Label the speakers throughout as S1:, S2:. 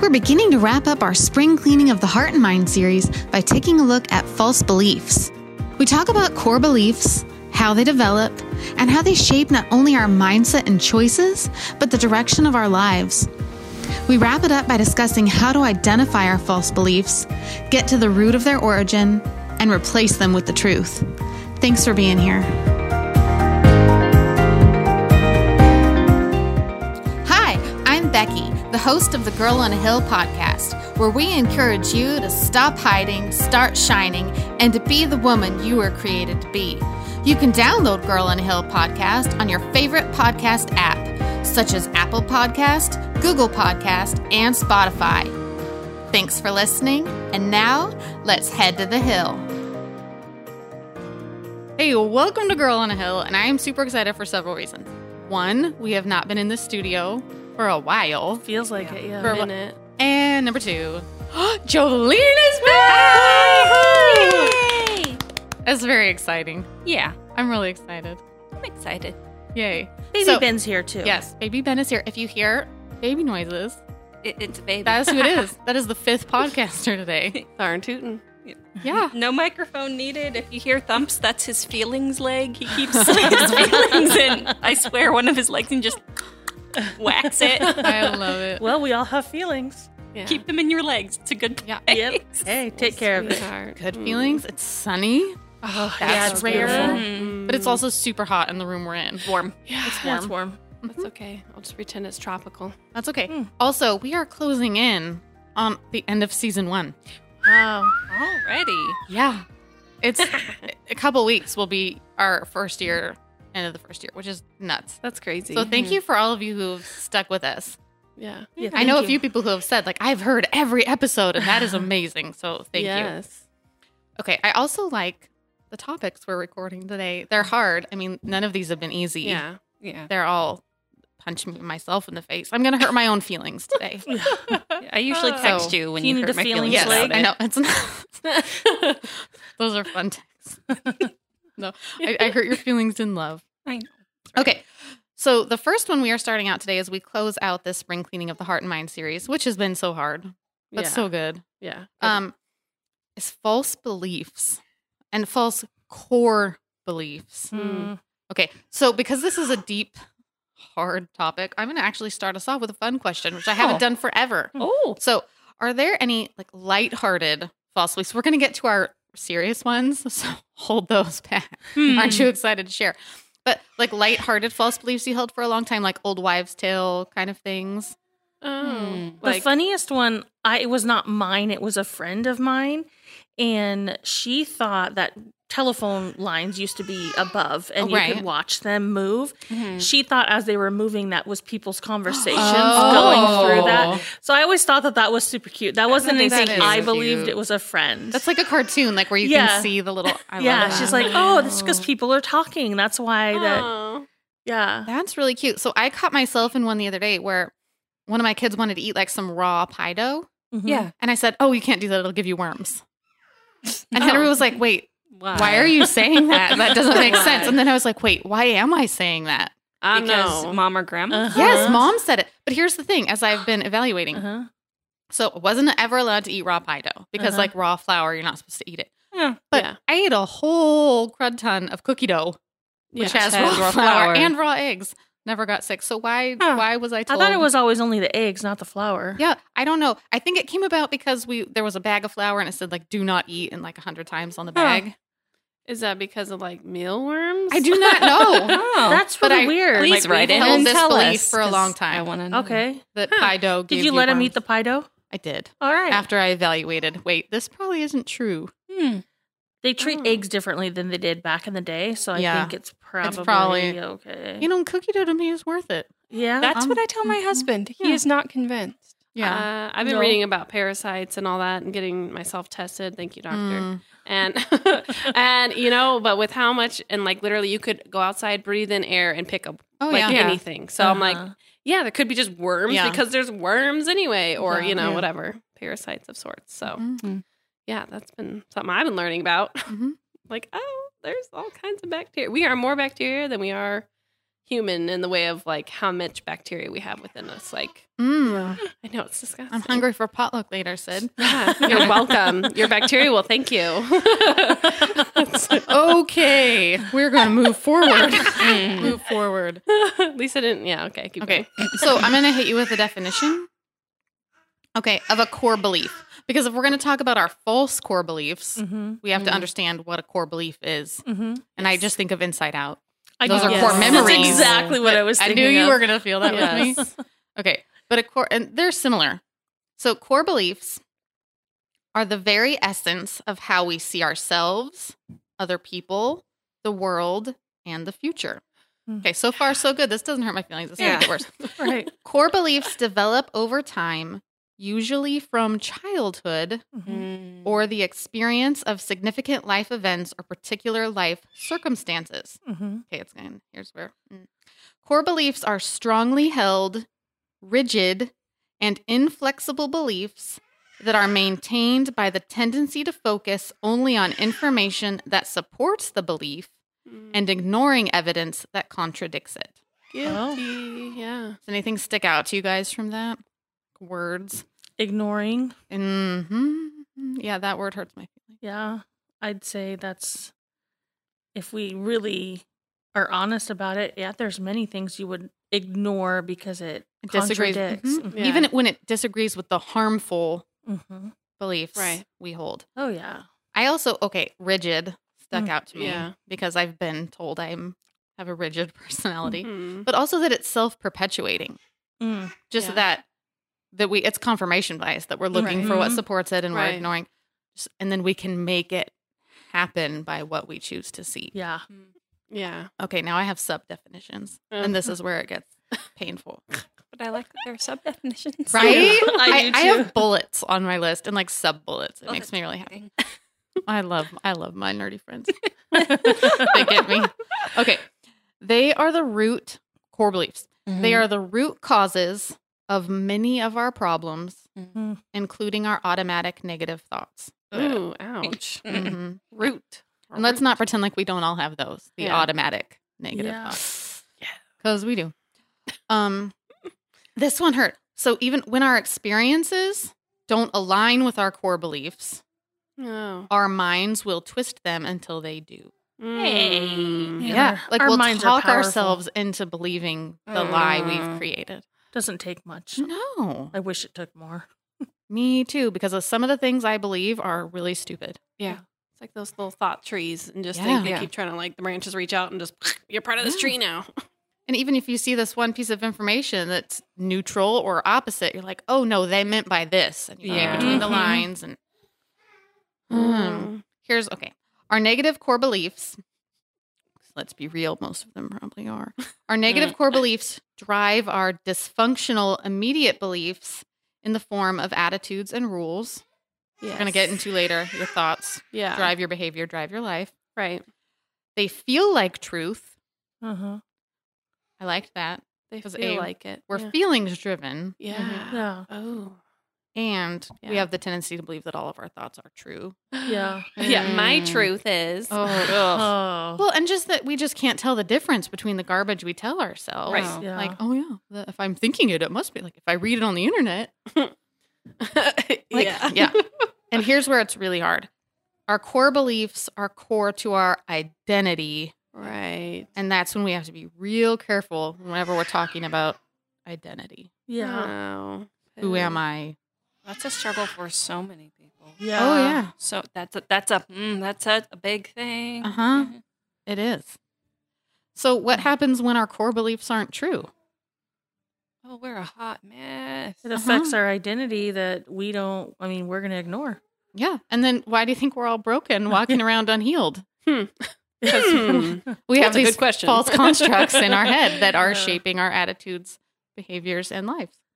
S1: We're beginning to wrap up our spring cleaning of the Heart and Mind series by taking a look at false beliefs. We talk about core beliefs, how they develop, and how they shape not only our mindset and choices, but the direction of our lives. We wrap it up by discussing how to identify our false beliefs, get to the root of their origin, and replace them with the truth. Thanks for being here.
S2: Hi, I'm Becky, the host of the Girl on a Hill podcast, where we encourage you to stop hiding, start shining, and to be the woman you were created to be. You can download Girl on a Hill podcast on your favorite podcast app, such as Apple Podcast, Google Podcast, and Spotify. Thanks for listening, and now let's head to the hill.
S1: Hey, welcome to Girl on a Hill, and I am super excited for several reasons. One, we have not been in the studio for a while.
S3: Feels like it, yeah.
S1: For a
S3: a
S1: wh-
S3: minute.
S1: And number two, Jolene is back! That's very exciting.
S3: Yeah,
S1: I'm really excited.
S3: I'm excited.
S1: Yay.
S3: Baby
S1: So-
S3: Ben's here too.
S1: Yes, baby Ben is here. If you hear baby noises,
S4: It, it's a baby.
S1: that's who it is. That is the fifth podcaster today.
S3: Darn tootin'.
S1: Yeah.
S4: no microphone needed. If you hear thumps, that's his feelings leg. He keeps his feelings in. I swear, one of his legs and just wax it.
S1: I love it.
S3: Well, we all have feelings. Yeah.
S4: Keep them in your legs. It's a good place.
S1: Yeah.
S3: Yep. Hey, take care of it.
S1: Good feelings. It's sunny. Oh,
S3: yeah,
S1: that's
S3: it's
S1: rare.
S3: beautiful.
S4: Mm-hmm.
S1: But it's also super hot in the room we're in.
S4: Warm.
S3: It's warm.
S1: warm.
S3: It's warm.
S5: Mm-hmm.
S3: That's okay. I'll just pretend it's tropical.
S1: That's okay.
S3: Hmm.
S1: Also, we are closing in on the end of season one.
S3: Oh,
S4: Alrighty.
S1: Yeah. It's a couple weeks will be our first year, end of the first year, which is nuts.
S3: that's crazy.
S1: So thank you for all of you who have stuck with us.
S3: Yeah.
S1: I know a few people who have said, like, I've heard every episode, and that is amazing. So thank you.
S3: yes.
S1: Okay. I also like the topics we're recording today. They're hard. I mean, none of these have been easy.
S3: Yeah.
S4: Yeah.
S1: They're all punch me myself in the face. I'm going to hurt my own feelings today.
S4: I usually text
S1: So,
S4: you when
S3: you
S4: you,
S3: need
S4: hurt
S3: the
S4: my
S3: feelings
S4: feelings.
S1: yes.
S4: about
S3: leg?
S1: I
S4: it.
S1: know. It's not. Those are fun texts. no, I, I hurt your feelings in love.
S4: I know.
S1: Okay. So the first one we are starting out today is we close out this spring cleaning of the heart and mind series, which has been so hard, but
S3: yeah.
S1: so good.
S3: yeah.
S1: Um, is false beliefs and false core beliefs.
S3: Mm.
S1: Okay. So because this is a deep, hard topic, I'm going to actually start us off with a fun question, which I haven't
S3: Oh.
S1: done forever.
S3: Oh.
S1: So, are there any like lighthearted false beliefs? We're going to get to our serious ones, so hold those back.
S3: Hmm.
S1: Aren't you excited to share? But like lighthearted false beliefs you held for a long time, like old wives' tale kind of things.
S5: hmm.
S3: Oh.
S4: Mm.
S3: The
S4: Like-
S3: funniest one, I it was not mine, it was a friend of mine. And she thought that telephone lines used to be above and you
S1: Right.
S3: could watch them move.
S1: Mm-hmm.
S3: She thought as they were moving that was people's conversations
S1: Oh.
S3: going through that. So I always thought that that was super cute. That wasn't
S1: think that
S3: anything
S1: is
S3: I believed.
S1: cute.
S3: It was a friend.
S1: That's like a cartoon, like where you
S3: Yeah.
S1: can see the little. I
S3: yeah,
S1: love
S3: she's
S1: that.
S3: like, oh, that's because people are talking. That's why that.
S5: oh.
S3: Yeah.
S1: That's really cute. So I caught myself in one the other day where one of my kids wanted to eat like some raw pie dough.
S3: Mhm.
S4: Yeah.
S1: And I said, Oh, you can't do that. It'll give you worms. And Henry was like, Wait,
S4: Why?
S1: why are you saying that? That doesn't make
S4: Why?
S1: sense. And then I was like, Wait, why am I saying that?
S4: I because
S3: know.
S4: mom or grandma.
S3: Uh-huh.
S1: Yes, mom said it. But here's the thing as I've been evaluating.
S3: Uh-huh.
S1: So I wasn't ever allowed to eat raw pie dough because,
S3: Uh-huh.
S1: like, raw flour, you're not supposed to eat it.
S4: Yeah.
S1: But
S3: Yeah.
S1: I ate a whole crud ton of cookie dough, which
S3: Yeah.
S1: has
S4: has
S1: raw,
S4: raw
S1: flour
S4: flour.
S1: and raw eggs. Never got sick. So why
S3: Huh.
S1: why was I
S3: I
S1: told?
S3: thought it was always only the eggs, not the flour.
S1: Yeah, I don't know. I think it came about because we there was a bag of flour and it said like "do not eat" and like a hundred times on the bag.
S5: Is that because of like mealworms? Uh,
S1: I do not know.
S4: Oh.
S3: That's
S1: But
S3: really
S1: I-
S3: weird.
S4: Please
S1: Like,
S4: write
S1: we've
S4: in
S1: held
S4: and
S1: this
S4: tell
S1: belief
S4: us,
S1: for a
S4: 'cause
S1: long time.
S4: I want to know.
S3: okay.
S1: that
S3: Huh.
S1: pie dough.
S3: Did
S1: gave
S3: you let him
S1: worms.
S3: eat the pie dough?
S1: I did.
S3: All right.
S1: After I evaluated, wait, this probably isn't true.
S4: Hmm.
S3: they treat
S5: Oh.
S3: eggs differently than they did back in the day, so I
S1: Yeah.
S3: think it's probably,
S1: probably-
S3: okay.
S1: You know, cookie dough to me is worth it.
S3: yeah.
S5: That's
S1: Um,
S5: what I tell my husband. He
S1: yeah.
S5: is not convinced.
S1: Yeah.
S5: Uh, I've been
S3: No.
S5: reading about parasites and all that and getting myself tested. Thank you, doctor.
S1: Mm.
S5: And and you know, but with how much and like literally you could go outside, breathe in air and pick up
S1: Oh
S5: like
S1: yeah.
S4: Yeah.
S5: anything. So I'm like,
S3: Uh-huh.
S5: yeah, there could be just worms
S1: Yeah.
S5: because there's worms anyway or
S1: Yeah.
S5: you know
S4: Yeah.
S5: whatever, parasites of sorts. So
S1: Mhm.
S5: yeah, that's been something I've been learning about.
S1: Mhm.
S5: like, oh, there's all kinds of bacteria. We are more bacteria than we are human in the way of like how much bacteria we have within us. Like,
S6: Mm,
S5: I know it's disgusting.
S1: I'm hungry for potluck later, Sid.
S5: Yeah, you're welcome. Your bacteria will thank you.
S1: okay, we're going to move forward. move forward.
S5: Lisa didn't. Yeah. Okay. Keep
S1: Okay, so I'm going to hit you with a definition. Okay, of a core belief. Because if we're going to talk about our false core beliefs,
S3: Mm-hmm.
S1: we have to
S5: Mhm.
S1: understand what a core belief is.
S3: Mm-hmm.
S1: And I just think of Inside Out.
S3: I
S1: Those
S3: got
S1: are
S3: it.
S1: core memories.
S3: That's exactly what I was
S1: I
S3: thinking.
S1: knew you
S3: of.
S1: were going to feel that
S5: going.
S1: with me.
S5: Yes.
S1: Okay. But a core, and they're similar. So core beliefs are the very essence of how we see ourselves, other people, the world, and the future.
S3: Hmm.
S1: Okay, so far so good. This doesn't hurt my feelings. It's yeah.
S5: Yeah.
S1: get worse.
S3: right.
S1: Core beliefs develop over time, usually from childhood
S3: Mhm.
S1: or the experience of significant life events or particular life circumstances.
S3: Mhm.
S1: Okay, it's going. Here's where. mm. Core beliefs are strongly held, rigid, and inflexible beliefs that are maintained by the tendency to focus only on information that supports the belief
S5: And
S1: and ignoring evidence that contradicts it.
S5: guilty.
S3: Oh.
S5: Yeah.
S1: Does anything stick out to you guys from that? Words.
S3: Ignoring.
S1: hmm Yeah, that word hurts my feelings.
S3: Yeah. I'd say that's if we really are honest about it, yeah, there's many things you would ignore because it
S1: It disagrees-
S3: contradicts.
S1: mhm.
S5: Mm-hmm. Yeah.
S1: Even when it disagrees with the harmful
S3: hmm
S1: beliefs
S5: Right.
S1: we hold.
S3: Oh yeah.
S1: I also okay, rigid stuck
S3: Mm,
S1: out to me
S5: Mm-hmm. yeah.
S1: because I've been told I'm have a rigid personality,
S5: Mm.
S1: but also that it's self perpetuating.
S3: Mm.
S1: Just
S5: Yeah.
S1: that that we it's confirmation bias that we're looking for what
S3: Mhm.
S1: supports it and
S5: Mm-hmm. Right.
S1: we're ignoring, S- and then we can make it happen by what we choose to see.
S3: Yeah.
S5: Yeah. Um,
S1: Okay, now I have sub definitions, and this is where it gets painful,
S4: But I like that there are sub definitions.
S1: right?
S3: I
S1: I,
S3: do
S1: I
S3: too.
S1: have bullets on my list and like sub bullets. It
S4: Oh,
S1: makes
S4: that's
S1: me really happy.
S4: Okay.
S1: I love I love my nerdy friends. they get me. Okay. They are the root core beliefs. They are the root causes of many of our problems,
S3: Mhm.
S1: including our automatic negative thoughts.
S5: Ooh. Ouch.
S4: Mm.
S1: Mhm.
S5: Root.
S1: And let's not pretend like we don't all have those, the
S5: Yeah.
S1: automatic negative
S3: Yeah.
S1: thoughts. Cuz we do. Um this one hurt. So even when our experiences don't align with our core beliefs,
S5: No.
S1: our minds will twist them until they do.
S5: Hey.
S3: Yeah,
S1: Mm, Yeah,
S3: our-
S1: like
S3: our
S1: we'll
S3: minds are
S1: talk
S3: powerful.
S1: ourselves into believing the lie we've
S4: Mm.
S1: created.
S3: Doesn't take
S1: Mm.
S3: much.
S1: No,
S3: I wish it took more.
S1: me too. Because of some of the things I believe are really stupid.
S5: It's like those little thought trees, and just
S1: Yeah.
S5: think they
S1: Yeah.
S5: keep trying to like the branches reach out and just you're part of this
S1: Yeah.
S5: tree now.
S1: And even if you see this one piece of information that's neutral or opposite, you're like, "Oh no, they meant by this," and you
S5: Yeah.
S1: get between the
S3: Mhm.
S1: lines. And Mm. here's okay: our negative core beliefs. Let's be real; most of them probably are. Our
S5: Mm.
S1: negative core beliefs drive our dysfunctional immediate beliefs in the form of attitudes and rules.
S5: Yeah.
S1: We're gonna get into later your thoughts.
S5: yeah.
S1: drive your behavior, drive your life.
S5: Right.
S1: They feel like truth.
S3: Uh-huh.
S1: I liked that.
S5: They
S1: 'Cause
S5: feel
S1: A,
S5: like it.
S1: We're
S5: yeah.
S1: feelings driven
S5: yeah.
S3: Yeah.
S5: Oh.
S1: and we
S5: Yeah.
S1: have the tendency to believe that all of our thoughts are true.
S3: Yeah.
S5: Yeah. My
S1: Mm.
S5: truth is.
S1: Oh.
S3: Oh.
S1: Well, and just that we just can't tell the difference between the garbage we tell ourselves.
S5: Right.
S3: Yeah.
S1: Like, oh yeah, the, if I'm thinking it, it must be like if I read it on the internet. Like,
S5: yeah.
S1: yeah. And here's where it's really hard. Our core beliefs are core to our identity,
S5: Right.
S1: and that's when we have to be real careful whenever we're talking about identity.
S3: yeah.
S1: Who am I?
S4: That's a struggle for so many people.
S3: Yeah.
S1: oh yeah.
S4: So that's a, that's a mm, that's a, a big thing.
S1: Uh-huh.
S4: Yeah.
S1: It is. So, what happens when our core beliefs aren't true?
S4: Oh, we're a hot mess.
S1: Uh-huh.
S3: It affects our identity that we don't, I mean, we're going to ignore.
S1: Yeah. And then why do you think we're all broken walking around unhealed?
S5: Hmm.
S1: We have
S5: That's a
S1: these
S5: good question.
S1: false constructs in our head that are
S3: Yeah.
S1: shaping our attitudes, behaviors, and lives.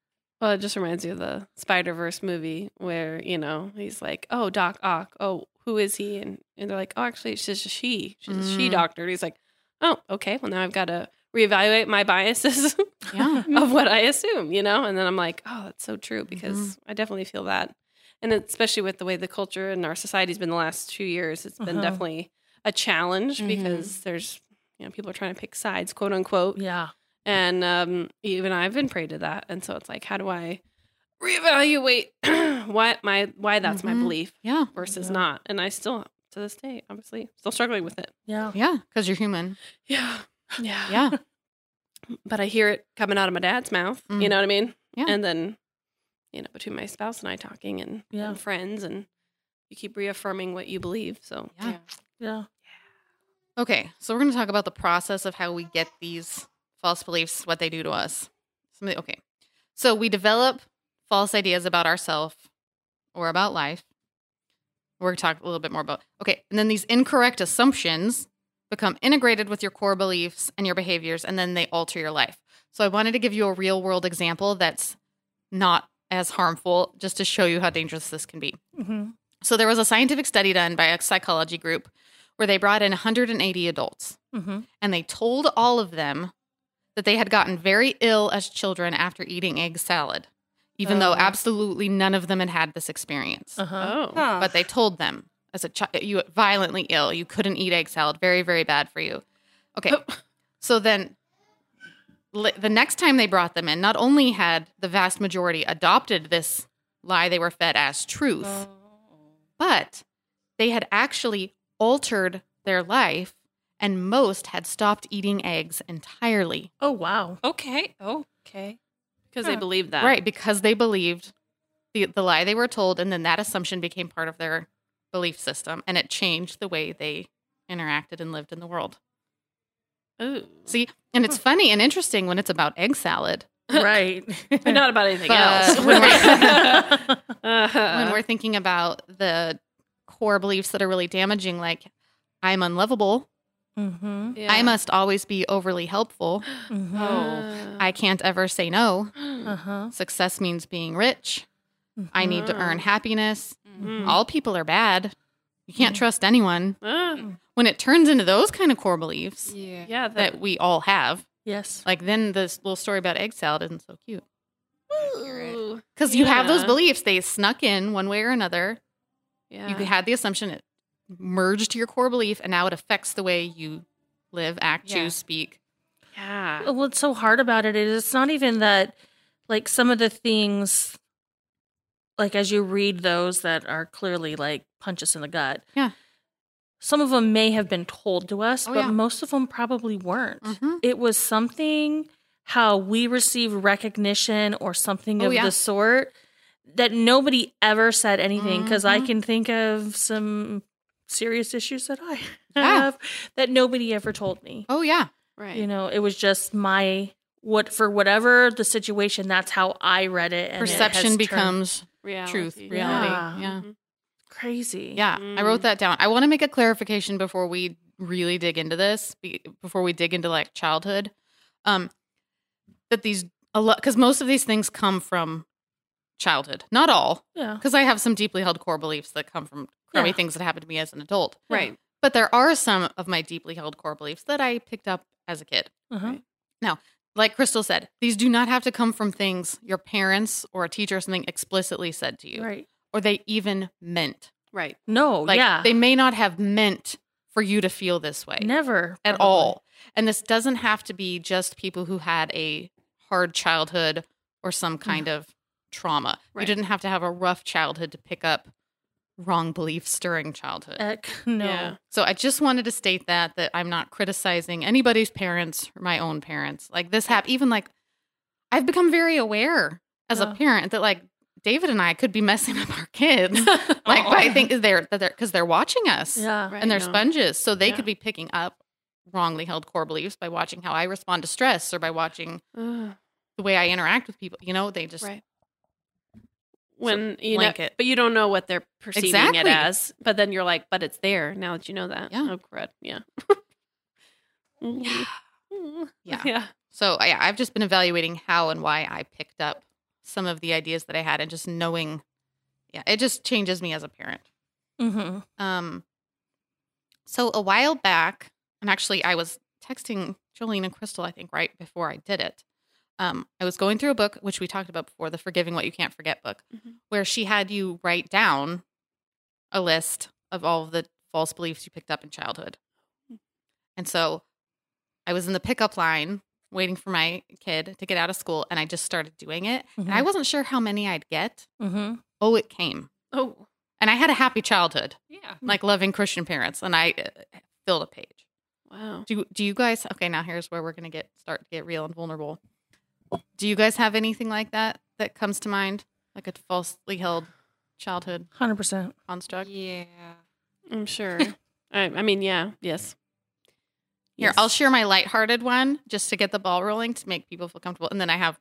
S5: Well, it just reminds me of the Spider Verse movie where you know he's like, "Oh, Doc Ock. Oh, who is he?" And, and they're like, "Oh, actually, it's just a she. She's a she
S1: Mm.
S5: doctor." And he's like, "Oh, okay. Well, now I've got to reevaluate my biases
S1: Yeah.
S5: of what I assume, you know." And then I'm like, "Oh, that's so true because I definitely feel that." And especially with the way the culture and our society's been the last two years, it's been
S3: Uh-huh.
S5: definitely a challenge
S4: Mhm.
S5: because there's you know people are trying to pick sides, quote unquote.
S3: Yeah.
S5: And um, even I've been prey to that. And so it's like, how do I reevaluate why my why that's my
S1: Mhm.
S5: belief
S1: Yeah.
S5: versus
S3: Yeah.
S5: not? And I still to this day, obviously, still struggling with it.
S3: Yeah.
S1: Yeah. Because you're human.
S5: Yeah. Yeah.
S1: Yeah.
S5: But I hear it coming out of my dad's mouth.
S1: Mm.
S5: You know what I mean?
S1: Yeah.
S5: And then, you know, between my spouse and I talking and,
S3: Yeah.
S5: and friends and you keep reaffirming what you believe. So
S1: Yeah.
S3: Yeah.
S1: Okay, so we're going to talk about the process of how we get these false beliefs, what they do to us. Some of the- Okay, so we develop false ideas about ourselves or about life. We're going to talk a little bit more about. Okay, and then these incorrect assumptions become integrated with your core beliefs and your behaviors, and then they alter your life. So I wanted to give you a real world example that's not as harmful, just to show you how dangerous this can be.
S3: hmm
S1: So there was a scientific study done by a psychology group where they brought in 180 adults
S3: hmm
S1: and they told all of them that they had gotten very ill as children after eating egg salad, even though
S5: Oh.
S1: absolutely none of them had had this experience.
S3: Uh-huh.
S5: Oh.
S1: But they told them as a child, you were violently ill, you couldn't eat egg salad, very, very bad for you. Okay. so then li- the next time they brought them in, not only had the vast majority adopted this lie they were fed as truth, but they had actually altered their life and most had stopped eating eggs entirely
S3: Oh wow.
S4: Okay. Okay.
S5: Because they believe that.
S1: right because they believed the, the lie they were told and then that assumption became part of their belief system and it changed the way they interacted and lived in the world
S5: Ooh.
S1: see and it's funny and interesting when it's about egg salad
S3: Right.
S5: But not about anything
S1: But
S5: else.
S1: when we're-
S5: Uh-huh.
S1: when we're thinking about the core beliefs that are really damaging like i'm unlovable
S3: mm-hmm.
S5: Yeah.
S1: i must always be overly helpful Um,
S3: Mm-hmm.
S5: Oh.
S1: i can't ever say no
S5: Uh.
S3: Uh-huh. Mm-hmm.
S1: Success means being rich. I need to
S5: Mhm.
S1: earn happiness.
S5: Mm.
S1: All people are bad. You can't
S5: Hmm.
S1: trust anyone.
S5: Ah,
S1: When it turns into those kind of core beliefs
S4: Yeah.
S5: yeah. That,
S1: that we all have,
S3: Yes.
S1: like then this little story about egg salad isn't so cute.
S5: Ooh.
S1: Because you have those
S5: Yeah.
S1: beliefs, they snuck in one way or another.
S5: Yeah.
S1: You had the assumption it merged to your core belief, and now it affects the way you live, act,
S4: Yeah.
S1: choose, speak.
S5: yeah.
S3: Well, What's so hard about it is it's not even that, like, some of the things, like, as you read those that are clearly like punch us in the gut.
S1: Yeah.
S3: Some of them may have been told to us,
S1: Oh,
S3: but
S1: yeah.
S3: most of them probably weren't.
S1: Mhm.
S3: It was something how we receive recognition or something
S1: Oh,
S3: of
S1: yeah.
S3: the sort that nobody ever said anything because I
S1: Mhm.
S3: can think of some serious issues that I
S1: Yeah.
S3: have that nobody ever told me
S1: Oh, yeah.
S5: Right.
S3: you know it was just my what for whatever the situation that's how i read it and it has
S1: Perception
S3: turned
S1: becomes
S5: reality.
S1: truth,
S5: Yeah.
S1: reality. Yeah.
S5: Mhm.
S3: crazy
S1: Yeah, I
S5: Mm.
S1: wrote that down. I want to make a clarification before we really dig into this, be- before we dig into like childhood. Um that these a lot cuz most of these things come from childhood. Not all,
S3: yeah
S1: cuz I have some deeply held core beliefs that come from crummy
S3: Yeah.
S1: things that happened to me as an adult.
S5: Right.
S1: But there are some of my deeply held core beliefs that I picked up as a kid.
S3: uh-huh.
S1: Like Crystal said, these do not have to come from things your parents or a teacher or something explicitly said to you
S3: right
S1: or they even meant.
S5: Right.
S3: no
S1: Like
S3: Oh, yeah
S1: they may not have meant for you to feel this way
S3: never
S1: at
S3: probably.
S1: all. And this doesn't have to be just people who had a hard childhood or some
S3: Mm.
S1: kind of trauma. You
S5: Right.
S1: didn't have to have a rough childhood to pick up wrong beliefs during childhood.
S3: Heck, no
S5: Yeah.
S1: so I just wanted to state that that I'm not criticizing anybody's parents or my own parents. Like this hap even like I've become very aware as
S3: Yeah.
S1: a parent that like David and I could be messing up our kids. like but I think they're that they're because they're watching us
S3: yeah
S5: Right.
S1: Uh, and they're
S5: no.
S1: sponges. So they
S5: Yeah.
S1: could be picking up wrongly held core beliefs by watching how I respond to stress or by watching
S5: Ugh.
S1: the way I interact with people. You know, they just
S5: Right. when you know,
S1: blanket.
S5: but you don't know what they're perceiving it
S1: Exactly.
S5: as. But then you're like, but it's there now that you know that.
S1: Yeah.
S5: Oh, crud. Yeah. Mm.
S1: Yeah.
S5: Yeah.
S1: So I, I've just been evaluating how and why I picked up some of the ideas that I had and just knowing, yeah, it just changes me as a parent.
S3: mm-hmm.
S1: Um, so a while back, and actually I was texting Jolene and Crystal, I think, right before I did it. Um, I was going through a book, which we talked about before, the Forgiving What You Can't Forget book,
S5: Mhm.
S1: where she had you write down a list of all of the false beliefs you picked up in childhood. And so I was in the pickup line waiting for my kid to get out of school, and I just started doing it. And
S3: Mhm.
S1: I wasn't sure how many I'd get.
S3: Mm-hmm.
S1: Oh, it came.
S5: Oh,
S1: And I had a happy childhood,
S4: Yeah.
S1: like loving Christian parents, and I uh, filled a page.
S5: wow.
S1: Do do you guys? Okay, now here's where we're gonna get start to get real and vulnerable. Do you guys have anything like that that comes to mind, like a falsely held childhood
S3: Hundred percent.
S1: construct?
S4: Yeah.
S5: I'm sure. I, I mean, yeah, yes.
S1: Here,
S5: Yes.
S1: I'll share my lighthearted one just to get the ball rolling to make people feel comfortable, and then I have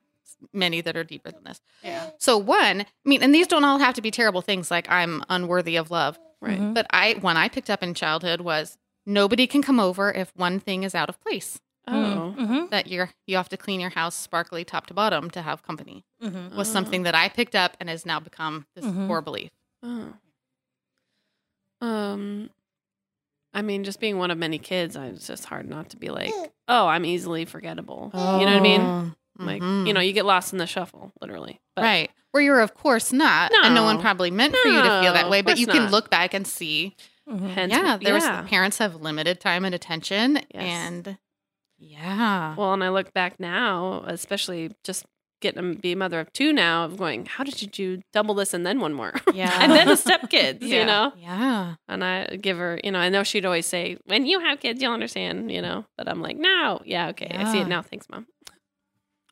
S1: many that are deeper than this.
S4: Yeah.
S1: So one, I mean, and these don't all have to be terrible things like I'm unworthy of love.
S5: Right.
S3: Mhm.
S1: But I one I picked up in childhood was nobody can come over if one thing is out of place.
S5: Oh,
S3: Mm-hmm.
S1: That you're you have to clean your house sparkly top to bottom to have company
S3: Mm-hmm.
S1: was
S5: Oh.
S1: something that I picked up and has now become this
S5: Mm-hmm.
S3: Mhm.
S1: core belief.
S5: Oh. Um, I mean, just being one of many kids, I, it's just hard not to be like, oh, I'm easily forgettable. You know what I
S1: Oh,
S5: mean? Like,
S1: mm-hmm.
S5: you know, you get lost in the shuffle, literally. But
S1: right. Where you're of course not, and no one
S5: No.
S1: probably meant for you to feel that
S5: No,
S1: way,
S5: of
S1: but you
S5: course
S1: can
S5: not.
S1: look back and see.
S3: Mm-hmm.
S5: Hence,
S1: yeah, there's
S5: yeah.
S1: parents have limited time and attention, and yeah,
S5: Well, and I look back now, especially just getting to be a mother of two now, of going, how did you do double this and then one more?
S1: yeah,
S5: and then the stepkids,
S3: Yeah.
S5: you know?
S1: yeah,
S5: And I give her, you know, I know she'd always say, when you have kids, you'll understand, you know? But I'm like, no. Yeah, okay. I see
S1: Yeah.
S5: it now. Thanks, mom.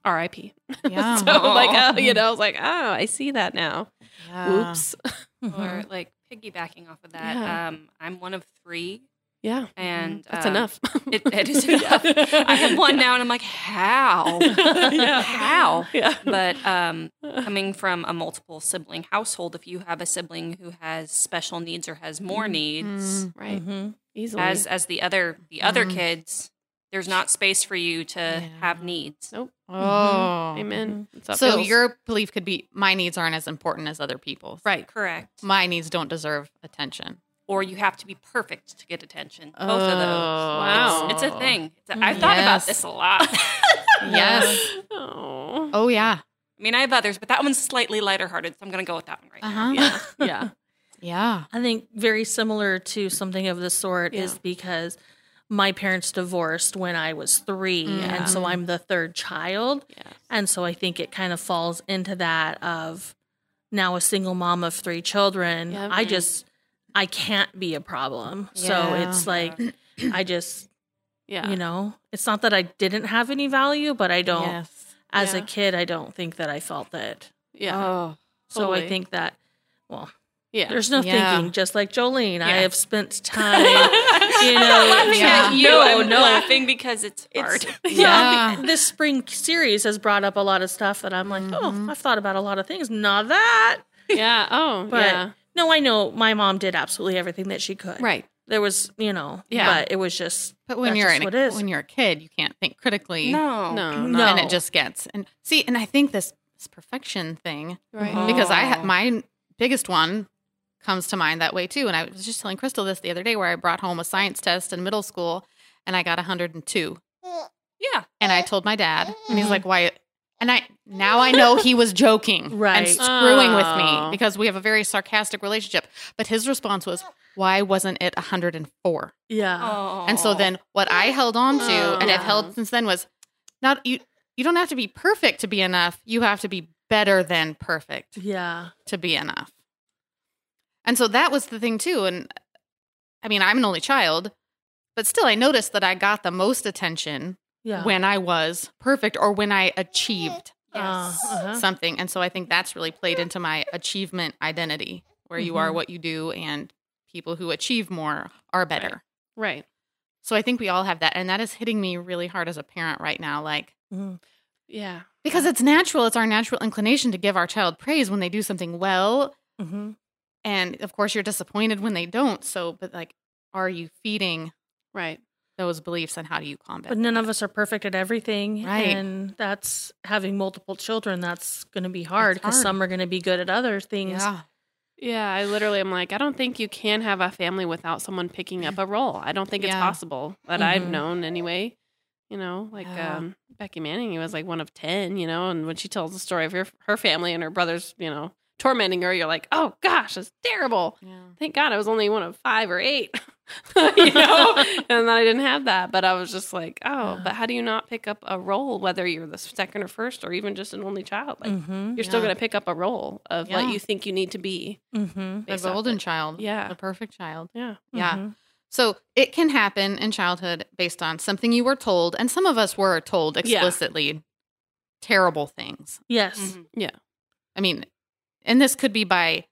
S5: R.I.P.
S1: yeah,
S5: so, like, oh, you know, I was like, oh, I see that now.
S1: yeah.
S5: Oops.
S3: Mm-hmm.
S4: Or like piggybacking off of that,
S5: Yeah.
S4: um, I'm one of three,
S5: Yeah.
S4: and
S5: That's
S4: um,
S5: enough.
S4: It, it is enough. I have one now, and I'm like, how?
S5: Yeah.
S4: How?
S5: Yeah.
S4: But um, coming from a multiple sibling household, if you have a sibling who has special needs or has more needs,
S1: Mm,
S5: right.
S3: Mhm.
S5: Easily.
S4: as as the other the other
S1: Mhm.
S4: kids, there's not space for you to have
S1: Yeah.
S4: needs.
S1: Oh,
S5: Amen. That's how it
S1: So
S5: feels.
S1: your belief could be my needs aren't as important as other people's.
S5: right.
S4: Correct.
S1: My needs don't deserve attention.
S4: Or you have to be perfect to get attention. Both of those.
S5: Wow.
S4: It's a thing. It's a, I've thought
S1: Yes.
S4: about this a lot.
S1: Yes.
S5: Oh.
S1: Oh yeah.
S4: I mean, I have others, but that one's slightly lighter hearted, so I'm going to go with that one right
S1: Uh-huh.
S4: now.
S5: Yeah. Yeah.
S1: Yeah.
S3: I think very similar to something of the sort is
S5: Yeah.
S3: because my parents divorced when I was three,
S1: Yeah.
S3: and so I'm the third child,
S5: Yeah.
S3: and so I think it kind of falls into that of now a single mom of three children.
S5: Yeah.
S3: I just I can't be a problem, so
S1: Yeah.
S3: it's like I just
S5: Yeah.
S3: you know it's not that I didn't have any value, but I don't
S1: Yes.
S3: as a
S5: Yeah.
S3: kid I don't think that I felt that.
S5: Yeah.
S3: So I
S5: Totally.
S3: think that well
S5: yeah.
S3: There's no
S1: Yeah.
S3: thinking. Just like Jolene, I
S4: Yeah.
S3: have spent time. you know,
S4: laughing
S1: Yeah.
S4: at you.
S3: No,
S4: I'm
S3: no.
S4: laughing because it's hard.
S3: It's-
S1: Yeah.
S3: yeah. This spring series has brought up a lot of stuff that I'm like,
S1: Mhm.
S3: oh, I've thought about a lot of things. Not that.
S5: yeah. Oh.
S3: But-
S5: yeah.
S3: No, I know my mom did absolutely everything that she could.
S5: Right.
S3: There was, you know,
S5: Yeah.
S3: but it was just
S1: But when
S3: That's
S1: you're
S3: just
S1: in
S3: what
S1: a,
S3: it is.
S1: when you're a kid, you can't think critically.
S4: no.
S5: No.
S3: No.
S5: Not,
S1: And it just gets and see, and I think this this perfection thing
S5: right.
S3: Mm-hmm.
S4: Mhm.
S1: because I ha-
S4: Oh.
S1: my biggest one comes to mind that way too. And I was just telling Crystal this the other day where I brought home a science test in middle school and I got 102.
S4: Yeah.
S1: And I told my dad, and he's
S3: Mhm.
S5: Mm-hmm.
S1: like, "Why?" And I now I know he was joking,
S3: Right.
S1: And screwing with
S5: Oh.
S1: me because we have a very sarcastic relationship. But his response was, "Why wasn't it 104?"
S3: yeah.
S4: Oh.
S1: And so then what I held on to
S5: Oh.
S1: and have held since then was not you. You don't have to be perfect to be enough. You have to be better than perfect
S3: Yeah.
S1: to be enough. And so that was the thing too. And I mean, I'm an only child, but still, I noticed that I got the most attention
S3: Yeah.
S1: when I was perfect or when I achieved
S3: Uh, uh-huh.
S1: something. And so I think that's really played into my achievement identity, where you are
S3: Mhm.
S1: what you do, and people who achieve more are better.
S5: Right.
S1: So I think we all have that. And that is hitting me really hard as a parent right now. Like,
S3: Mhm.
S5: Yeah.
S1: because it's natural, it's our natural inclination to give our child praise when they do something well.
S3: Mhm.
S1: And of course, you're disappointed when they don't. So, but like, are you feeding
S5: Right.
S1: those beliefs and how do you combat
S3: But none of us are perfect at everything.
S1: Right.
S3: And that's having multiple children, that's going to be hard
S1: That's
S3: because
S1: hard.
S3: some are going to be good at other
S1: things?
S3: things.
S1: Yeah.
S5: Yeah. I literally am like, I don't think you can have a family without someone picking up a role. I don't think it's
S1: Yeah. Mm-hmm.
S5: possible that I've
S3: Mhm.
S5: known anyway. You know, like
S1: Yeah.
S5: um, Becky Manning was like one of 10, you know, and when she tells the story of her, her family and her brother's, you know, tormenting her, you're like, oh gosh, that's terrible.
S1: Yeah.
S5: Thank God I was only one of five or eight, you know, and then I didn't have that. But I was just like, oh, but how do you not pick up a role, whether you're the second or first or even just an only child? Like,
S3: Mm-hmm.
S5: you're still
S1: Mm, Yeah.
S5: going to pick up a role of what
S1: Yeah.
S5: you think you need to be.
S3: Mm-hmm.
S1: The
S5: based off
S1: golden
S5: it.
S1: child.
S5: Yeah.
S1: The perfect child.
S5: Yeah.
S1: Yeah. So it can happen in childhood based on something you were told, and some of us were told
S5: Yeah.
S1: explicitly terrible things.
S3: Yes.
S1: Mm-hmm.
S5: Yeah.
S1: I mean, and this could be by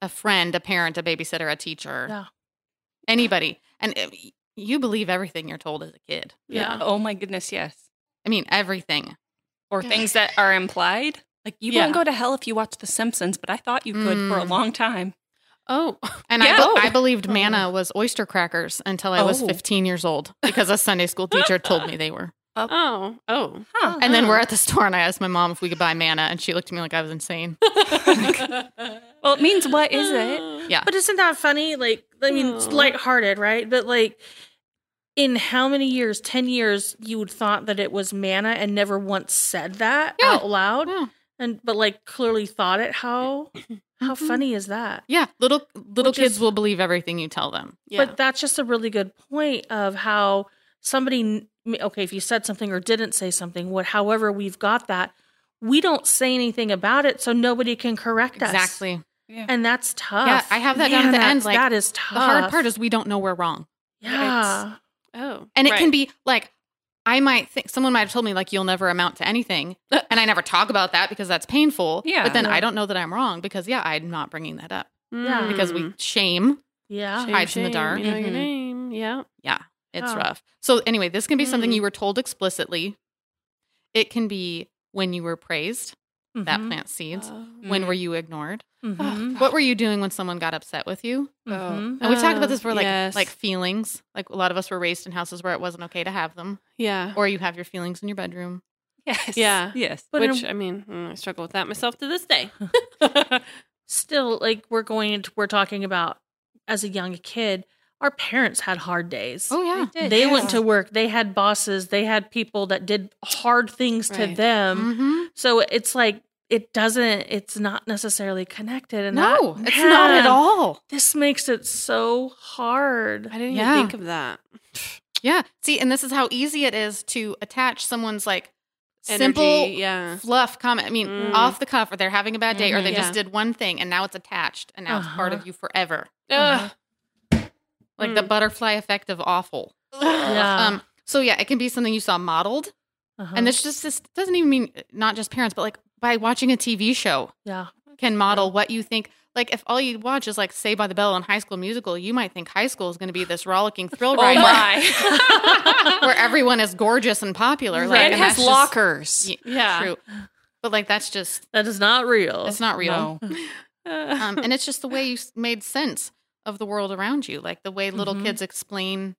S1: a friend, a parent, a babysitter, a teacher,
S3: Yeah.
S1: anybody. And it- you believe everything you're told as a kid.
S5: Yeah.
S4: Oh my goodness, yes.
S1: I mean, everything.
S4: Or things that are implied. Like you
S5: Yeah.
S4: won't go to hell if you watch The Simpsons, but I thought you could for a
S1: Mm.
S4: long time.
S5: Oh,
S1: And
S4: Yeah.
S1: I, be-
S4: Oh.
S1: I believed manna was oyster crackers until I was
S4: Oh.
S1: 15 years old because a Sunday school teacher told me they were.
S5: oh, oh.
S4: Huh.
S1: And then we're at the store, and I asked my mom if we could buy manna, and she looked at me like I was insane.
S4: Well, it means what is it?
S5: Uh,
S1: Yeah.
S3: But isn't that funny? Like, I mean, it's
S5: Aw.
S3: lighthearted, right? But like, in how many years? Ten years? You would thought that it was manna, and never once said that
S1: Yeah.
S3: out loud,
S1: Yeah.
S3: and but like clearly thought it. How how
S1: Mhm.
S3: funny is that?
S1: Yeah, little little
S3: Which
S1: kids
S3: is-
S1: will believe everything you tell them.
S5: Yeah.
S3: But that's just a really good point of how somebody. Okay, if you said something or didn't say something, what? However, we've got that. We don't say anything about it, so nobody can correct us.
S1: Exactly.
S3: and that's tough.
S1: Yeah, I have that down at the
S3: that's-
S1: end, like,
S3: that is tough.
S1: The hard part is we don't know we're wrong,
S3: yeah.
S5: oh.
S1: and it
S5: Right.
S1: can be like I might think someone might have told me like you'll never amount to anything, and I never talk about that because that's painful.
S4: Yeah.
S1: but then
S3: Yeah.
S1: I don't know that I'm wrong because yeah, I'm not bringing that up
S3: Yeah.
S1: because we shame.
S3: Yeah.
S1: Shame, hides in the dark.
S5: You know your
S1: Mhm.
S5: name. Yeah.
S1: It's
S3: Oh.
S1: rough. So anyway, this can be something
S5: Mm.
S1: you were told explicitly. It can be when you were praised. That
S3: Mhm.
S1: plants seeds.
S5: Oh.
S1: Ah.
S4: Mm.
S1: When were you ignored?
S5: Mm-hmm.
S3: Mhm.
S1: What were you doing when someone got upset with you?
S3: Mhm.
S1: And we've talked
S5: Oh,
S1: about this for like
S5: yes.
S1: like feelings. Like a lot of us were raised in houses where it wasn't okay to have them,
S5: Yeah.
S1: or you have your feelings in your bedroom.
S4: Yes.
S5: Yeah.
S4: Yes.
S3: But
S5: Which
S3: in-
S5: I mean, mm, I struggle with that myself to this day.
S3: still, like we're going into, we're talking about as a young kid, our parents had hard days.
S1: Oh yeah,
S3: They went to work. They had bosses. They had people that did hard things to
S5: Right.
S3: them.
S5: Um,
S1: hmm
S3: So it's like it doesn't. It's not necessarily connected. And
S1: no,
S3: that-
S1: it's not at
S3: Man,
S1: all.
S3: This makes it so hard.
S5: I didn't
S1: Yeah.
S5: even think of that.
S1: Yeah, see, and this is how easy it is to attach someone's like
S5: Energy,
S1: simple
S5: yeah.
S1: fluff comment. I mean,
S5: Mm. Mm-hmm.
S1: off the cuff, or they're having a bad day, or
S4: Mhm.
S1: they
S5: Yeah.
S1: just did one thing, and now it's attached, and now it's part
S3: Uh-huh.
S1: of you forever.
S5: Ugh.
S1: Like
S5: Mm.
S1: the butterfly effect of awful.
S5: Uh-huh. Uh.
S3: Yeah.
S1: Um. So yeah, it can be something you saw modeled.
S3: Uh-huh.
S1: And this just this doesn't even mean not just parents, but like by watching a TV show
S3: yeah.
S1: can model what you think. Like if all you watch is like Say by the Bell and High School Musical, you might think high school is going to be this rollicking thrill
S4: Oh
S1: ride where-
S4: my.
S1: where everyone is gorgeous and popular. Like,
S4: it
S1: and
S4: has
S1: that's just-
S4: lockers.
S1: Yeah,
S5: Yeah.
S1: True. But like that's just
S3: That is not real.
S1: it's not real.
S4: No.
S1: Um, and it's just the way you s- made sense of the world around you, like the way little
S3: Mhm.
S1: kids explain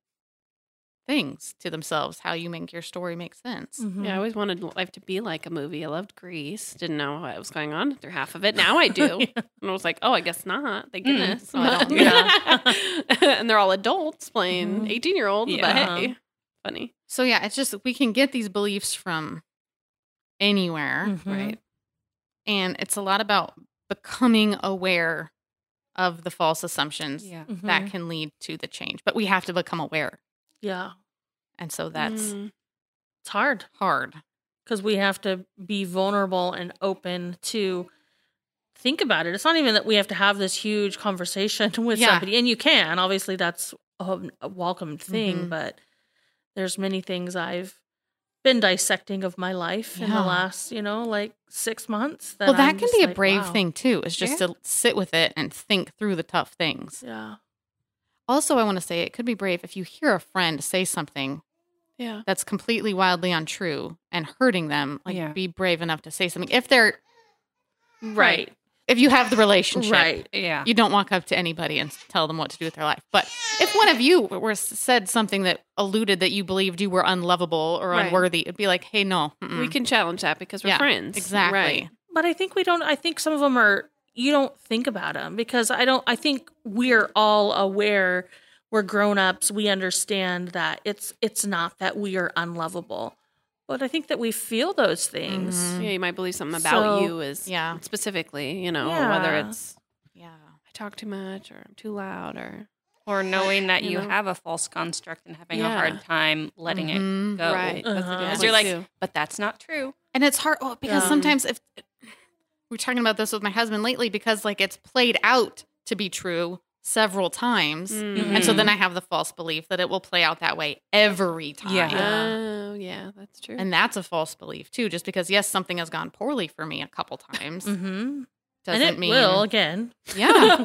S1: things to themselves, how you make your story make sense.
S3: Mhm.
S5: Yeah, I always wanted life to be like a movie. I loved Grease. Didn't know what was going on through half of it. Now I do. And I was like, oh, I guess not. Thank
S4: Mm.
S5: goodness.
S1: Oh, I don't- Mm-hmm.
S5: and they're all adults playing
S3: Mhm.
S5: 18 year olds.
S4: Yeah.
S5: But hey, funny.
S1: So yeah, it's just we can get these beliefs from anywhere,
S3: Mhm.
S5: Right.
S1: and it's a lot about becoming aware of the false assumptions
S4: Yeah.
S3: Mhm.
S1: that can lead to the change. But we have to become aware,
S3: yeah.
S1: and so that's
S5: Mm.
S3: It's hard.
S1: hard.
S3: because we have to be vulnerable and open to think about it. It's not even that we have to have this huge conversation with
S1: Yeah.
S3: somebody, and you can obviously that's a, a welcome thing,
S1: Mhm.
S3: but there's many things I've been dissecting of my life in the
S1: Yeah.
S3: last, you know, like six months.
S1: well, that
S3: I'm
S1: can
S3: just
S1: be a
S3: like,
S1: brave
S3: wow.
S1: thing too. Is just to sit with it and think through the tough things.
S3: Yeah.
S1: Also, I want to say it could be brave if you hear a friend say something
S5: Yeah.
S1: that's completely wildly untrue and hurting them. Like,
S4: Yeah.
S1: be brave enough to say something if they're
S3: Right.
S1: if you have the relationship.
S3: Right.
S4: Yeah.
S1: you don't walk up to anybody and tell them what to do with their life. But if one of you were said something that alluded that you believed you were unlovable or
S5: Right.
S1: unworthy, it'd be like, hey, no, mm-mm.
S5: We can challenge that because we're
S1: Mm. Yeah,
S5: friends.
S1: exactly.
S5: Right.
S3: But I think we don't, I think some of them are, you don't think about them because I don't, I think we're all aware we're grown ups. We understand that it's, it's not that we are unlovable. But I think that we feel those things.
S5: Yeah, you might believe something about
S3: So-
S5: you is
S1: Mm. Yeah.
S5: specifically, you know, whether
S3: Yeah.
S5: it's
S1: Yeah.
S5: I talk too much or I'm too loud or
S4: Or knowing that
S5: You
S4: you,
S5: know?
S4: have a false construct and having
S5: Yeah.
S4: a hard time letting
S1: Mhm.
S4: it go.
S5: right. That's a
S3: Uh-huh.
S5: good
S4: Because
S5: point,
S4: you're like,
S5: too.
S4: but that's not true.
S1: And it's hard well, because
S3: Yeah.
S1: sometimes if we're talking about this with my husband lately, because like it's played out to be true several times.
S5: Mm.
S1: And so then I have the false belief that it will play out that way every time.
S4: Yeah.
S5: Oh yeah, that's true.
S1: And that's a false belief too, just because yes, something has gone poorly for me a couple times
S3: Mm-hmm.
S1: doesn't
S3: and it
S1: mean
S3: will again.
S1: Yeah.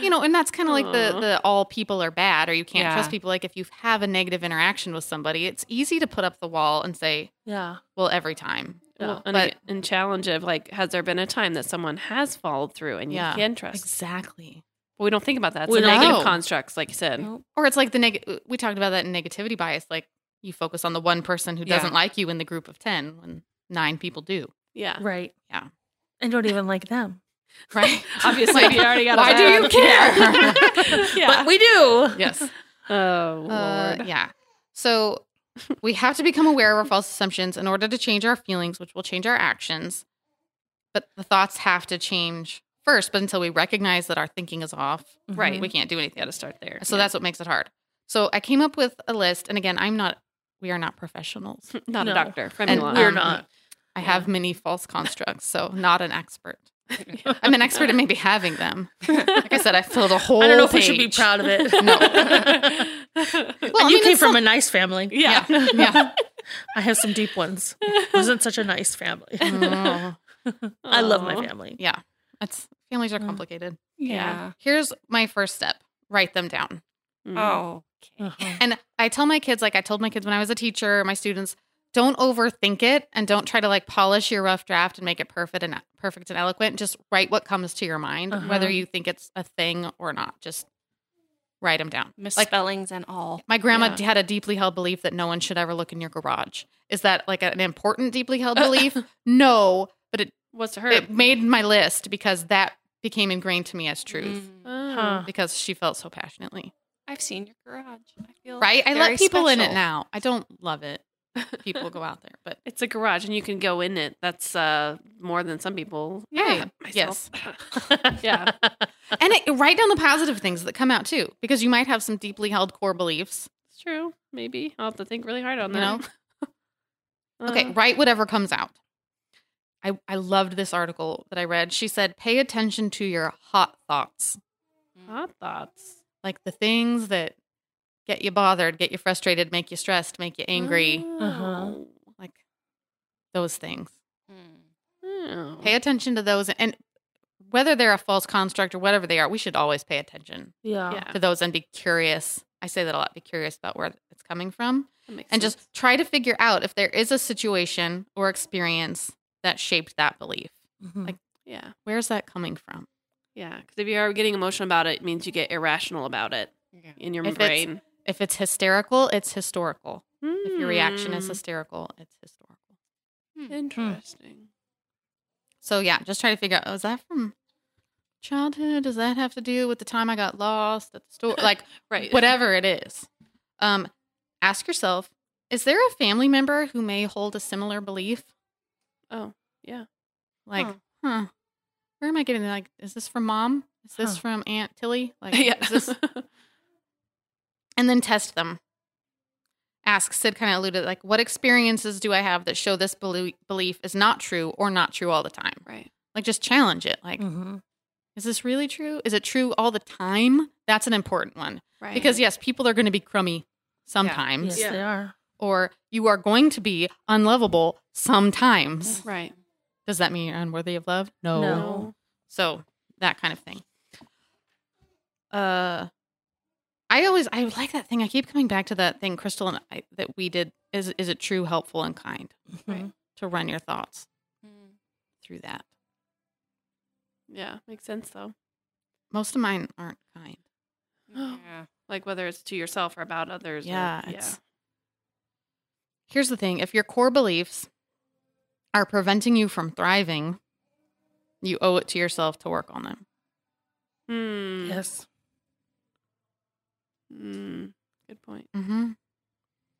S1: you know, and that's kind of like the
S5: Aw.
S1: the all people are bad or you can't
S4: Yeah.
S1: trust people. Like if you have a negative interaction with somebody, it's easy to put up the wall and say,
S3: yeah.
S1: Well, every time.
S5: Well,
S3: Yeah.
S5: and,
S1: but-
S5: aga- and challenge of like, has there been a time that someone has followed through and
S1: Yeah.
S5: you can trust?
S1: Exactly.
S5: But we don't think about that. It's
S3: We
S5: a
S3: don't.
S5: negative
S1: No.
S5: constructs, like you said.
S1: or it's like the neg- we talked about that in negativity bias like you focus on the one person who
S4: Yeah.
S1: doesn't like you in the group of 10 when nine people do
S5: Yeah.
S3: Right.
S1: Yeah.
S3: And don't even like them.
S1: right
S5: Obviously, we already got. a
S1: why do
S5: bad-
S1: you care
S5: yeah.
S3: But we do.
S1: yes
S5: oh
S1: Uh,
S5: Lord.
S1: yeah so we have to become aware of our false assumptions in order to change our feelings which will change our actions but the thoughts have to change first but until we recognize that our thinking is off
S5: Right.
S1: we can't do anything
S5: Got to start there.
S1: so that's what makes it hard so i came up with a list and again i'm not we are not professionals
S5: not
S3: No.
S5: a doctor. From
S1: And
S5: Elon.
S3: We're
S1: Um,
S3: not.
S1: I have many false constructs, so not an expert. I'm an expert at maybe having them. Like I said, I filled a whole.
S3: I don't know if we should be
S1: page.
S3: proud of it.
S1: No. Well,
S3: and
S1: I
S3: you
S1: mean,
S3: came
S1: it's
S3: from
S1: not-
S3: a nice family.
S1: yeah, yeah.
S3: I have some deep ones. Wasn't such a nice family.
S1: Mm,
S3: I love my
S5: Aw.
S3: family.
S1: yeah, that's families are
S3: Mm.
S1: complicated.
S4: Yeah.
S1: Here's my first step: write them down.
S5: Mm.
S4: Oh.
S3: Uh-huh.
S1: And I tell my kids, like I told my kids when I was a teacher, my students, don't overthink it and don't try to like polish your rough draft and make it perfect and perfect and eloquent. Just write what comes to your mind,
S3: Uh-huh.
S1: whether you think it's a thing or not. Just write them down. Like
S4: Misspellings and all.
S1: My grandma
S5: Yeah.
S1: d had a deeply held belief that no one should ever look in your garage. Is that like an important deeply held belief? no, but it
S5: What's her?
S1: it made my list because that became ingrained to me as truth
S4: Mm.
S5: Oh.
S3: Huh.
S1: because she felt so passionately.
S4: I've seen your garage. I feel
S1: Right? I
S4: very
S1: let people in it
S4: special.
S1: now. I don't love it. People go out there, but
S5: It's a garage, and you can go in it. That's uh, more than some people.
S1: yeah, yes.
S5: myself. yeah.
S1: And it, write down the positive things that come out too because you might have some deeply held core beliefs,
S5: It's true. Maybe I'll have to think really hard on
S1: you know?
S5: that.
S1: Okay,
S5: Uh,
S1: write whatever comes out. I, I loved this article that I read. She said, pay attention to your hot thoughts,
S5: Uh, Hot thoughts.
S1: like the things that get you bothered, get you frustrated, make you stressed, make you angry,
S3: Uh-huh.
S5: Oh.
S1: like those things.
S4: Mm.
S5: Oh.
S1: Pay attention to those. And whether they're a false construct or whatever they are, we should always pay attention
S3: Yeah.
S5: Yeah.
S1: to those and be curious. I say that a lot be curious about where it's coming from
S5: that makes
S1: and
S5: sense.
S1: just try to figure out if there is a situation or experience that shaped that belief.
S3: Mhm.
S1: Like-
S5: yeah,
S1: Where's that coming from?
S5: yeah. Because if you are getting emotional about it, it means you get irrational about it
S4: Yeah.
S5: in your
S1: If it's-
S5: brain.
S1: If it's hysterical, it's historical. If your reaction is
S5: Hmm.
S1: hysterical, it's historical.
S5: interesting,
S1: So yeah, just try to figure out, oh, is that from childhood? Does that have to do with the time I got lost at the store? Like
S5: right?
S1: whatever it is. Um, ask yourself, is there a family member who may hold a similar belief?
S5: Oh, yeah.
S1: Like, huh.
S5: Huh.
S1: Where am I getting like is this from mom? Is this
S3: Huh.
S1: from Aunt Tilly? Like
S5: yeah.
S1: is this and then test them. Ask Sid kind of alluded like what experiences do I have that show this belie- belief is not true or not true all the time?
S5: right.
S1: Like just challenge it.
S5: Mm.
S1: Like
S3: Mhm.
S1: is this really true? Is it true all the time? That's an important one
S5: Right.
S1: because yes, people are going to be crummy sometimes
S3: Yes,
S5: Yeah.
S3: they are.
S1: or you are going to be unlovable sometimes.
S5: right.
S1: Does that mean you're unworthy of love?
S3: No.
S5: No.
S1: So that kind of thing. Uh, I always I like that thing. I keep coming back to that thing, Crystal, and I that we did. Is is it true, helpful, and kind
S3: Right.
S1: to run your thoughts
S4: Mm.
S1: through that?
S5: Yeah, makes sense though.
S1: Most of mine aren't kind.
S4: Yeah.
S5: Like whether it's to yourself or about others. or-
S1: Yeah,
S5: yeah.
S1: it's- Here's the thing: if your core beliefs are preventing you from thriving, you owe it to yourself to work on them.
S5: Hmm.
S3: Yes.
S5: Hmm. Good point.
S1: Mm-hmm.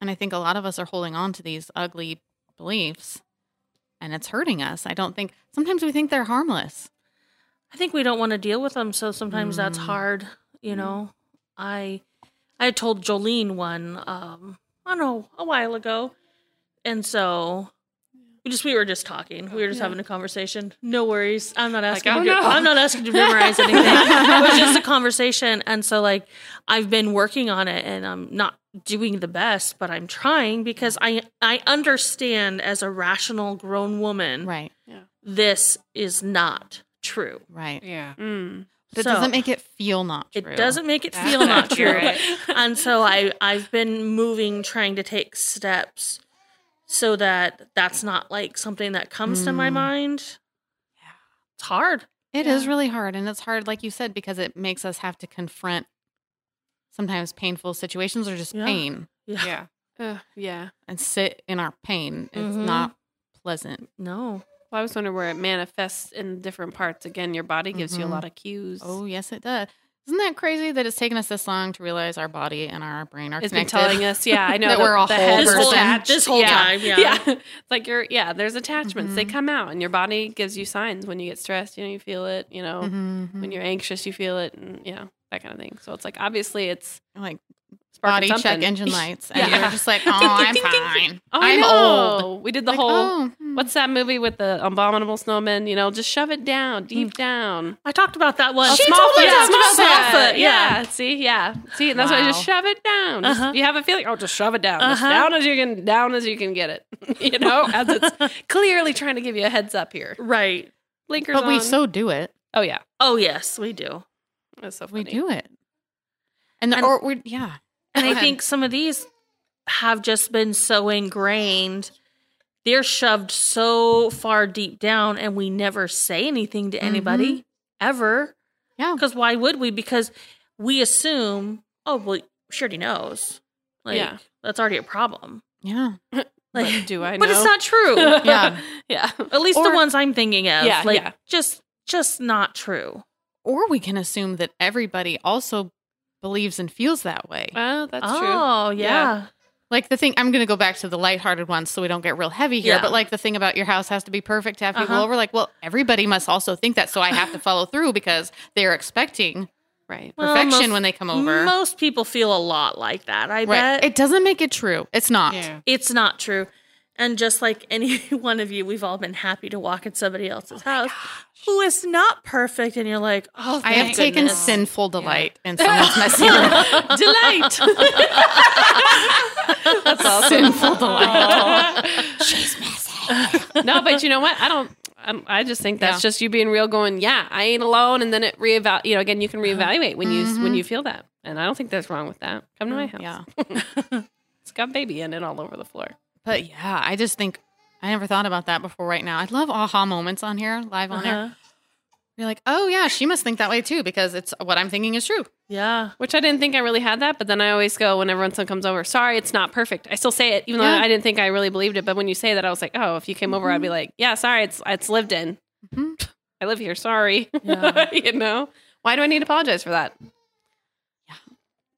S1: And I think a lot of us are holding on to these ugly beliefs and it's hurting us. I don't think sometimes we think they're harmless.
S3: I think we don't want to deal with them, so sometimes that's hard. You know, I I told Jolene one um, I don't know a while ago, and so we just we were just talking. We were just having a conversation. No worries. I'm not asking.
S5: oh,
S3: you to,
S5: no.
S3: I'm not asking you to memorize anything. it was just a conversation, and so like I've been working on it, and I'm not doing the best, but I'm trying because I I understand as a rational grown woman
S1: Right.
S3: this is not true.
S1: Right.
S7: Yeah.
S5: Mm.
S1: But it
S3: So-
S1: doesn't make it feel not true.
S3: It doesn't make it feel not
S5: That's
S3: true.
S5: accurate.
S3: and so I I've been moving trying to take steps so that that's not like something that comes to my
S1: Mm.
S3: mind. Yeah. It's hard.
S1: It is really hard. And it's hard, like you said, because it makes us have to confront sometimes painful situations or just
S3: Yeah.
S1: pain
S3: Yeah.
S7: Yeah.
S5: Ugh, yeah.
S1: and sit in our pain. It's
S3: Mhm.
S1: not pleasant.
S3: No.
S5: Well, I was wondering where it manifests in different parts. Again, your body gives you
S1: Mhm.
S5: a lot of cues.
S1: Oh, yes, it does. Isn't that crazy that it's taken us this long to realize our body and our brain are
S5: it's been
S1: connected?
S5: telling us. Yeah, I know
S1: That
S5: the-
S1: we're a
S5: the
S1: whole
S5: head is
S3: This whole,
S5: attached.
S3: this whole
S5: Yeah.
S3: time. Yeah.
S5: yeah. It's like you're, yeah, there's attachments. They
S1: Mhm.
S5: come out and your body gives you signs when you get stressed, you know, you feel it, you know,
S1: Mhm.
S5: when you're anxious, you feel it, and yeah, that kind of thing. So it's like, obviously, it's
S1: like body
S5: sparking
S1: check
S5: something.
S1: engine lights, and
S5: Yeah.
S1: you're just like, oh, I'm
S4: Ding, ding, ding,
S1: fine.
S5: Oh, I
S1: I'm
S5: know.
S1: old.
S5: We did the
S1: Like,
S5: whole,
S1: oh, hmm.
S5: what's that movie with the abominable snowman? You know, just shove it
S1: Mm.
S5: down, deep down.
S3: I talked about that one.
S5: She
S1: Oh,
S3: Small
S5: totally
S3: foot,
S5: talked about
S3: small
S5: that.
S3: foot,
S5: Yeah. See, yeah. See, and that's why I just shove it down. Just-
S3: Uh-huh.
S5: You have a feeling, oh, just shove it down. Just
S3: Uh-huh.
S5: down as you can, down as you can get it. you know, as it's clearly trying to give you a heads up here.
S3: Right.
S5: Blinkers
S1: But we
S5: on.
S1: so do it.
S5: oh yeah,
S3: Oh yes, we do.
S5: that's so
S1: We
S5: funny.
S1: do it. And, the,
S3: And-
S1: or we're, yeah.
S3: And
S1: Go
S3: I
S1: ahead.
S3: think some of these have just been so ingrained. They're shoved so far deep down, and we never say anything to anybody
S5: Mm-hmm.
S3: ever.
S1: Yeah.
S3: Because why would we? Because we assume, oh, well, she already knows. Like,
S5: Yeah.
S3: that's already a problem.
S1: Yeah.
S5: But
S3: Like,
S5: do I? Know?
S3: but it's not true.
S1: Yeah.
S5: yeah.
S3: At least
S5: Or-
S3: the ones I'm thinking of.
S5: Yeah,
S3: like,
S5: yeah.
S3: just, just not true.
S1: Or we can assume that everybody also believes and feels that way.
S5: Oh, that's true.
S3: oh, yeah.
S1: Like the thing, I'm going to go back to the lighthearted ones so we don't get real heavy here.
S3: Yeah.
S1: But like the thing about your house has to be perfect to have people
S3: Uh-huh.
S1: over. Like, well, everybody must also think that. So I have to follow through because they're expecting
S5: Right.
S3: Well,
S1: perfection
S3: most-
S1: when they come over.
S3: Most people feel a lot like that. I
S1: right.
S3: bet
S1: It doesn't make it true. It's not.
S7: Yeah.
S3: it's not true. And just like any one of you, we've all been happy to walk in somebody else's
S1: Oh
S3: house who is not perfect, and you're like, oh,
S1: I have
S3: thank
S1: taken
S3: goodness.
S1: sinful delight in someone's messy room.
S5: Delight. that's awesome.
S1: sinful delight.
S5: no, but you know what? I don't. I'm, I just think that's
S1: Yeah.
S5: just you being real, going, yeah, I ain't alone, and then it reevaluate. You know, again, you can reevaluate when you when you feel that, and I don't think there's wrong with that. Come to my house.
S1: yeah.
S5: it's got baby in it all over the floor.
S1: But yeah, I just think I never thought about that before right now. I love aha moments on here, live on
S3: Uh-huh.
S1: air. You're like, oh yeah, she must think that way too because it's what I'm thinking is true.
S3: Yeah,
S5: Which I didn't think I really had that, but then I always go whenever when someone comes over. Sorry, it's not perfect. I still say it, even
S1: Yeah.
S5: though I didn't think I really believed it. But when you say that, I was like, oh, if you came over, I'd be like, yeah, sorry, it's it's lived in.
S1: Mhm.
S5: I live here. Sorry,
S3: Yeah.
S5: you know. Mm-hmm. Why do I need to apologize for that?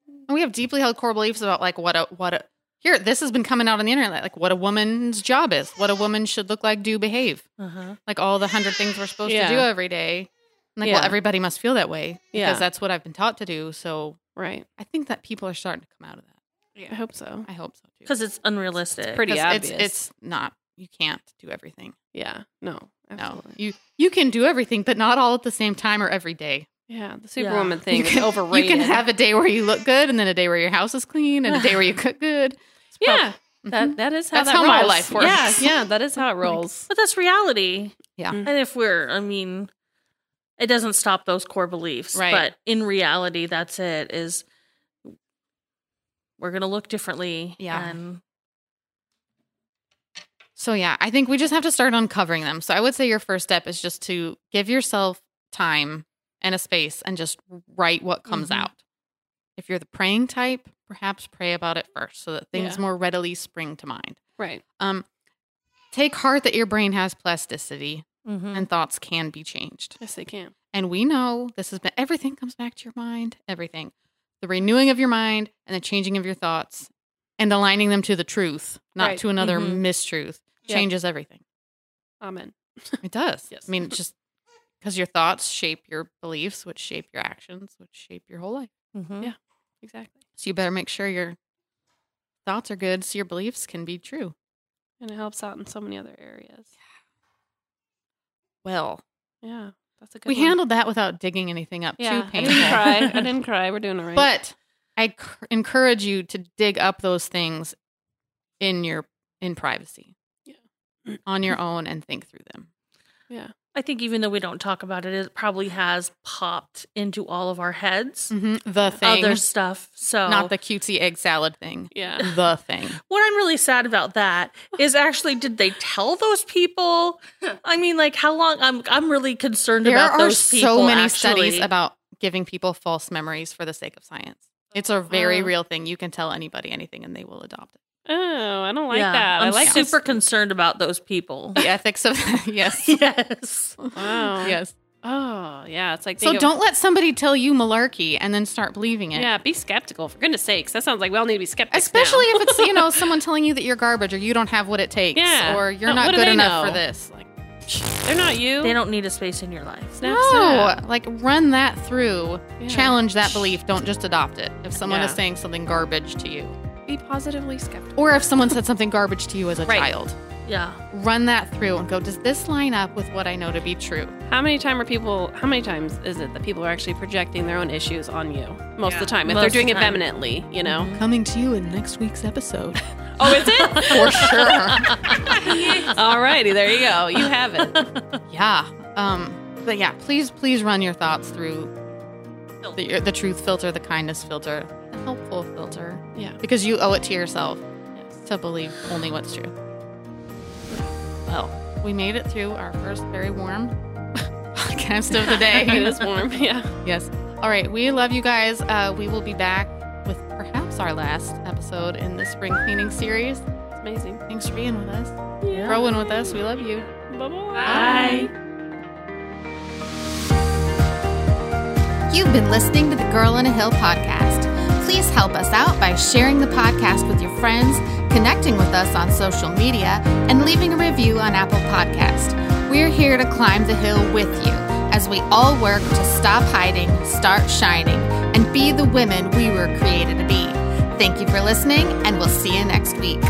S1: And we have deeply held core beliefs about like what a what a here this has been coming out on the internet like what a woman's job is, what a woman should look like, do, behave,
S3: uh-huh.
S1: like all the hundred things we're supposed
S5: Yeah.
S1: to do every day. And like, well,
S5: Yeah.
S1: everybody must feel that way because
S5: Yeah.
S1: that's what I've been taught to do. So
S5: Right.
S1: I think that people are starting to come out of that.
S5: I hope so.
S1: I hope so too.
S3: because it's unrealistic.
S5: pretty
S1: 'Cause
S5: obvious.
S1: It's, it's not. You can't do everything.
S5: yeah, no,
S1: No,
S5: absolutely.
S1: you you can do everything, but not all at the same time or every day.
S5: Yeah, the
S3: Yeah.
S5: Superwoman
S1: you
S5: thing
S1: can,
S5: is overrated.
S1: You can have a day where you look good, and then a day where your house is clean, and a day where you cook good.
S5: yeah,
S1: Mhm.
S5: that that is how
S1: That's
S5: that
S1: how my
S5: rolls.
S1: life works.
S5: Yeah, yeah, that is how it rolls.
S3: But that's reality.
S1: Yeah.
S5: Mm.
S3: And if we're, I mean, it doesn't stop those core beliefs.
S1: Right.
S3: But in reality, that's it is we're going to look differently.
S1: Yeah.
S3: And
S1: So yeah, I think we just have to start uncovering them. So I would say your first step is just to give yourself time and a space, and just write what comes
S5: Mm-hmm.
S3: Mhm.
S1: out. If you're the praying type, perhaps pray about it first, so that things
S5: Yeah.
S1: more readily spring to mind.
S5: Right.
S1: Um, take heart that your brain has plasticity,
S3: Mhm.
S1: and thoughts can be changed.
S5: Yes, they can.
S1: And we know this has been everything comes back to your mind, everything. The renewing of your mind and the changing of your thoughts and aligning them to the truth, not
S5: Right. Mm-hmm.
S1: to another
S3: Mhm.
S1: mistruth,
S5: Yeah.
S1: changes everything.
S5: Amen.
S1: It does.
S5: Yes.
S1: I mean, it's just because your thoughts shape your beliefs, which shape your actions, which shape your whole life.
S3: Mm-hmm.
S5: Yeah. Exactly.
S1: So you better make sure your thoughts are good so your beliefs can be true.
S5: And it helps out in so many other areas.
S1: Well,
S5: Yeah. That's a good
S1: we
S5: one.
S1: handled that without digging anything up
S5: yeah,
S1: too
S5: I
S1: painful.
S5: didn't cry. I didn't cry. We're doing all right.
S1: But I c- encourage you to dig up those things in your in privacy.
S5: Yeah.
S1: On your own and think through them.
S3: I think even though we don't talk about it, it probably has popped into all of our heads.
S1: The thing,
S3: Other stuff. So
S1: not the cutesy egg salad thing.
S5: yeah.
S1: The thing.
S3: What I'm really sad about that is actually, did they tell those people? I mean, like how long? I'm I'm really concerned
S1: There
S3: about
S1: are
S3: those people.
S1: so many
S3: actually.
S1: studies about giving people false memories for the sake of science. It's a very
S5: Oh.
S1: real thing. You can tell anybody anything and they will adopt it.
S5: Oh, I don't like
S3: Yeah,
S5: that. i
S3: I'm
S5: like
S3: super concerned about those people.
S1: The ethics of yes.
S3: yes.
S5: This. Wow.
S1: Yes.
S5: Oh, yeah. It's like
S1: So
S5: Uh, think of-
S1: don't let somebody tell you malarkey and then start believing it.
S5: Yeah, be skeptical for goodness sakes. That sounds like we all need to be skeptical.
S1: Especially if it's, you know, someone telling you that you're garbage or you don't have what it takes
S5: Yeah.
S1: or you're
S5: What- what
S1: not
S5: do
S1: good
S5: they
S1: enough
S5: know?
S1: for this. Like
S5: they're not you.
S3: They don't need a space in your life.
S5: Snap,
S1: no,
S5: snap.
S1: like run that through.
S5: Yeah.
S1: Challenge that belief. Don't just adopt it. If someone is
S5: Yeah.
S1: saying something garbage to you
S5: Be positively skeptical.
S1: or if someone said something garbage to you as a
S5: Right.
S1: child,
S3: Yeah.
S1: run that through and go, does this line up with what I know to be true?
S5: How many time are people? How many times is it that people are actually projecting their own issues on you? Most of the time, if
S3: Most
S5: they're
S3: of
S5: doing
S3: the
S5: it
S3: time.
S5: vehemently, you know.
S1: Coming to you in next week's episode.
S5: Oh, is it?
S1: For sure.
S5: All righty, there you go. You have it.
S1: yeah. Um, but yeah, please, please run your thoughts through the, your, the truth filter, the kindness filter, the helpful filter,
S5: Yeah.
S1: because you owe it to yourself to believe only what's true. Well, we made it through our first very warm podcast of the
S5: it
S1: day.
S5: is warm. Yeah.
S1: yes. All right. We love you guys. Uh, we will be back with perhaps our last episode in the spring cleaning series.
S5: It's amazing.
S1: Thanks for being with us, growing with us. We love you.
S5: Bye-bye.
S3: Bye.
S2: You've been listening to the Girl in a Hill podcast. Please help us out by sharing the podcast with your friends, connecting with us on social media, and leaving a review on Apple Podcast. We're here to climb the hill with you as we all work to stop hiding, start shining, and be the women we were created to be. Thank you for listening, and we'll see you next week.